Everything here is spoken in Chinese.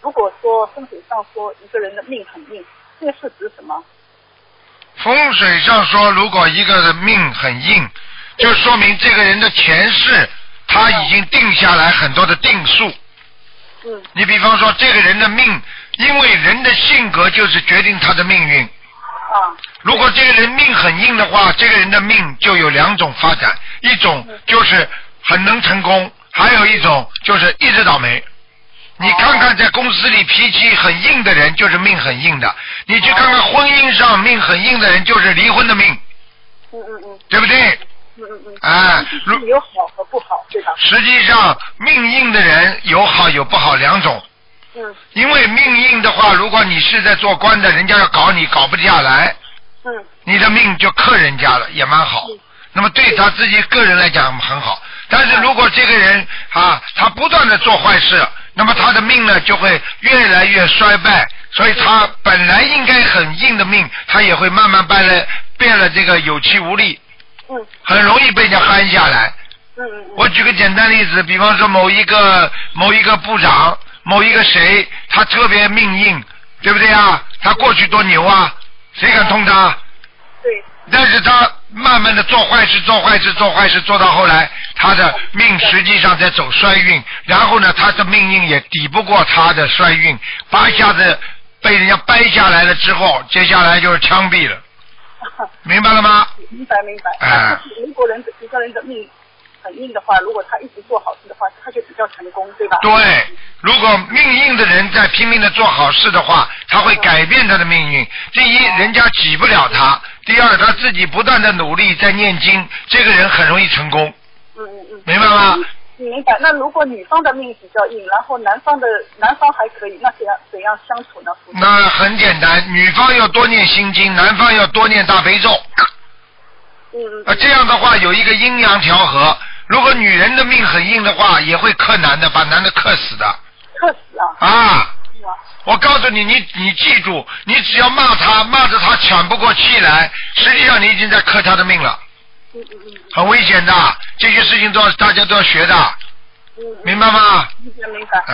如果说风水上说一个人的命很硬，这个是指什么？风水上说，如果一个人命很硬，就说明这个人的前世他已经定下来很多的定数。嗯你比方说，这个人的命，因为人的性格就是决定他的命运。啊，如果这个人命很硬的话，这个人的命就有两种发展，一种就是很能成功，还有一种就是一直倒霉。你看看在公司里脾气很硬的人，就是命很硬的；你去看看婚姻上命很硬的人，就是离婚的命，嗯嗯嗯对不对？嗯嗯嗯。哎如有好和不好，对吧？实际上，命硬的人有好有不好两种。嗯因为命硬的话，如果你是在做官的，人家要搞你，搞不下来，嗯你的命就克人家了，也蛮好嗯。那么对他自己个人来讲很好，但是如果这个人啊，他不断的做坏事，那么他的命呢就会越来越衰败，所以他本来应该很硬的命，他也会慢慢变了变了这个有气无力，嗯很容易被人家憨下来。嗯嗯嗯。我举个简单例子，比方说某一个某一个部长，某一个谁，他特别命硬，对不对啊？他过去多牛啊，谁敢碰他？对， 但是他慢慢的做坏事，做坏事，做坏事，做到后来，他的命实际上在走衰运，然后呢，他的命运也抵不过他的衰运，叭一下子被人家掰下来了之后，接下来就是枪毙了，明白了吗？明白明白。哎就是如果人一个人的命很硬的话，如果他一直做好事的话，他就比较成功， 对吧？对，如果命硬的人在拼命的做好事的话，他会改变他的命运。第一，人家挤不了他；第二，他自己不断的努力在念经，这个人很容易成功，嗯嗯嗯。明白吗？你明白？那如果女方的命比较硬，然后男方的男方还可以，那怎样怎样相处呢？夫妻那很简单，女方要多念心经，男方要多念大悲咒。嗯呃，嗯这样的话有一个阴阳调和。如果女人的命很硬的话，也会克男的，把男的克死的克死啊，啊！是吧？我告诉你，你你记住，你只要骂他，骂着他喘不过气来，实际上你已经在克他的命了，嗯嗯嗯很危险的。这些事情都要大家都要学的，嗯嗯，明白吗？明白明白。啊、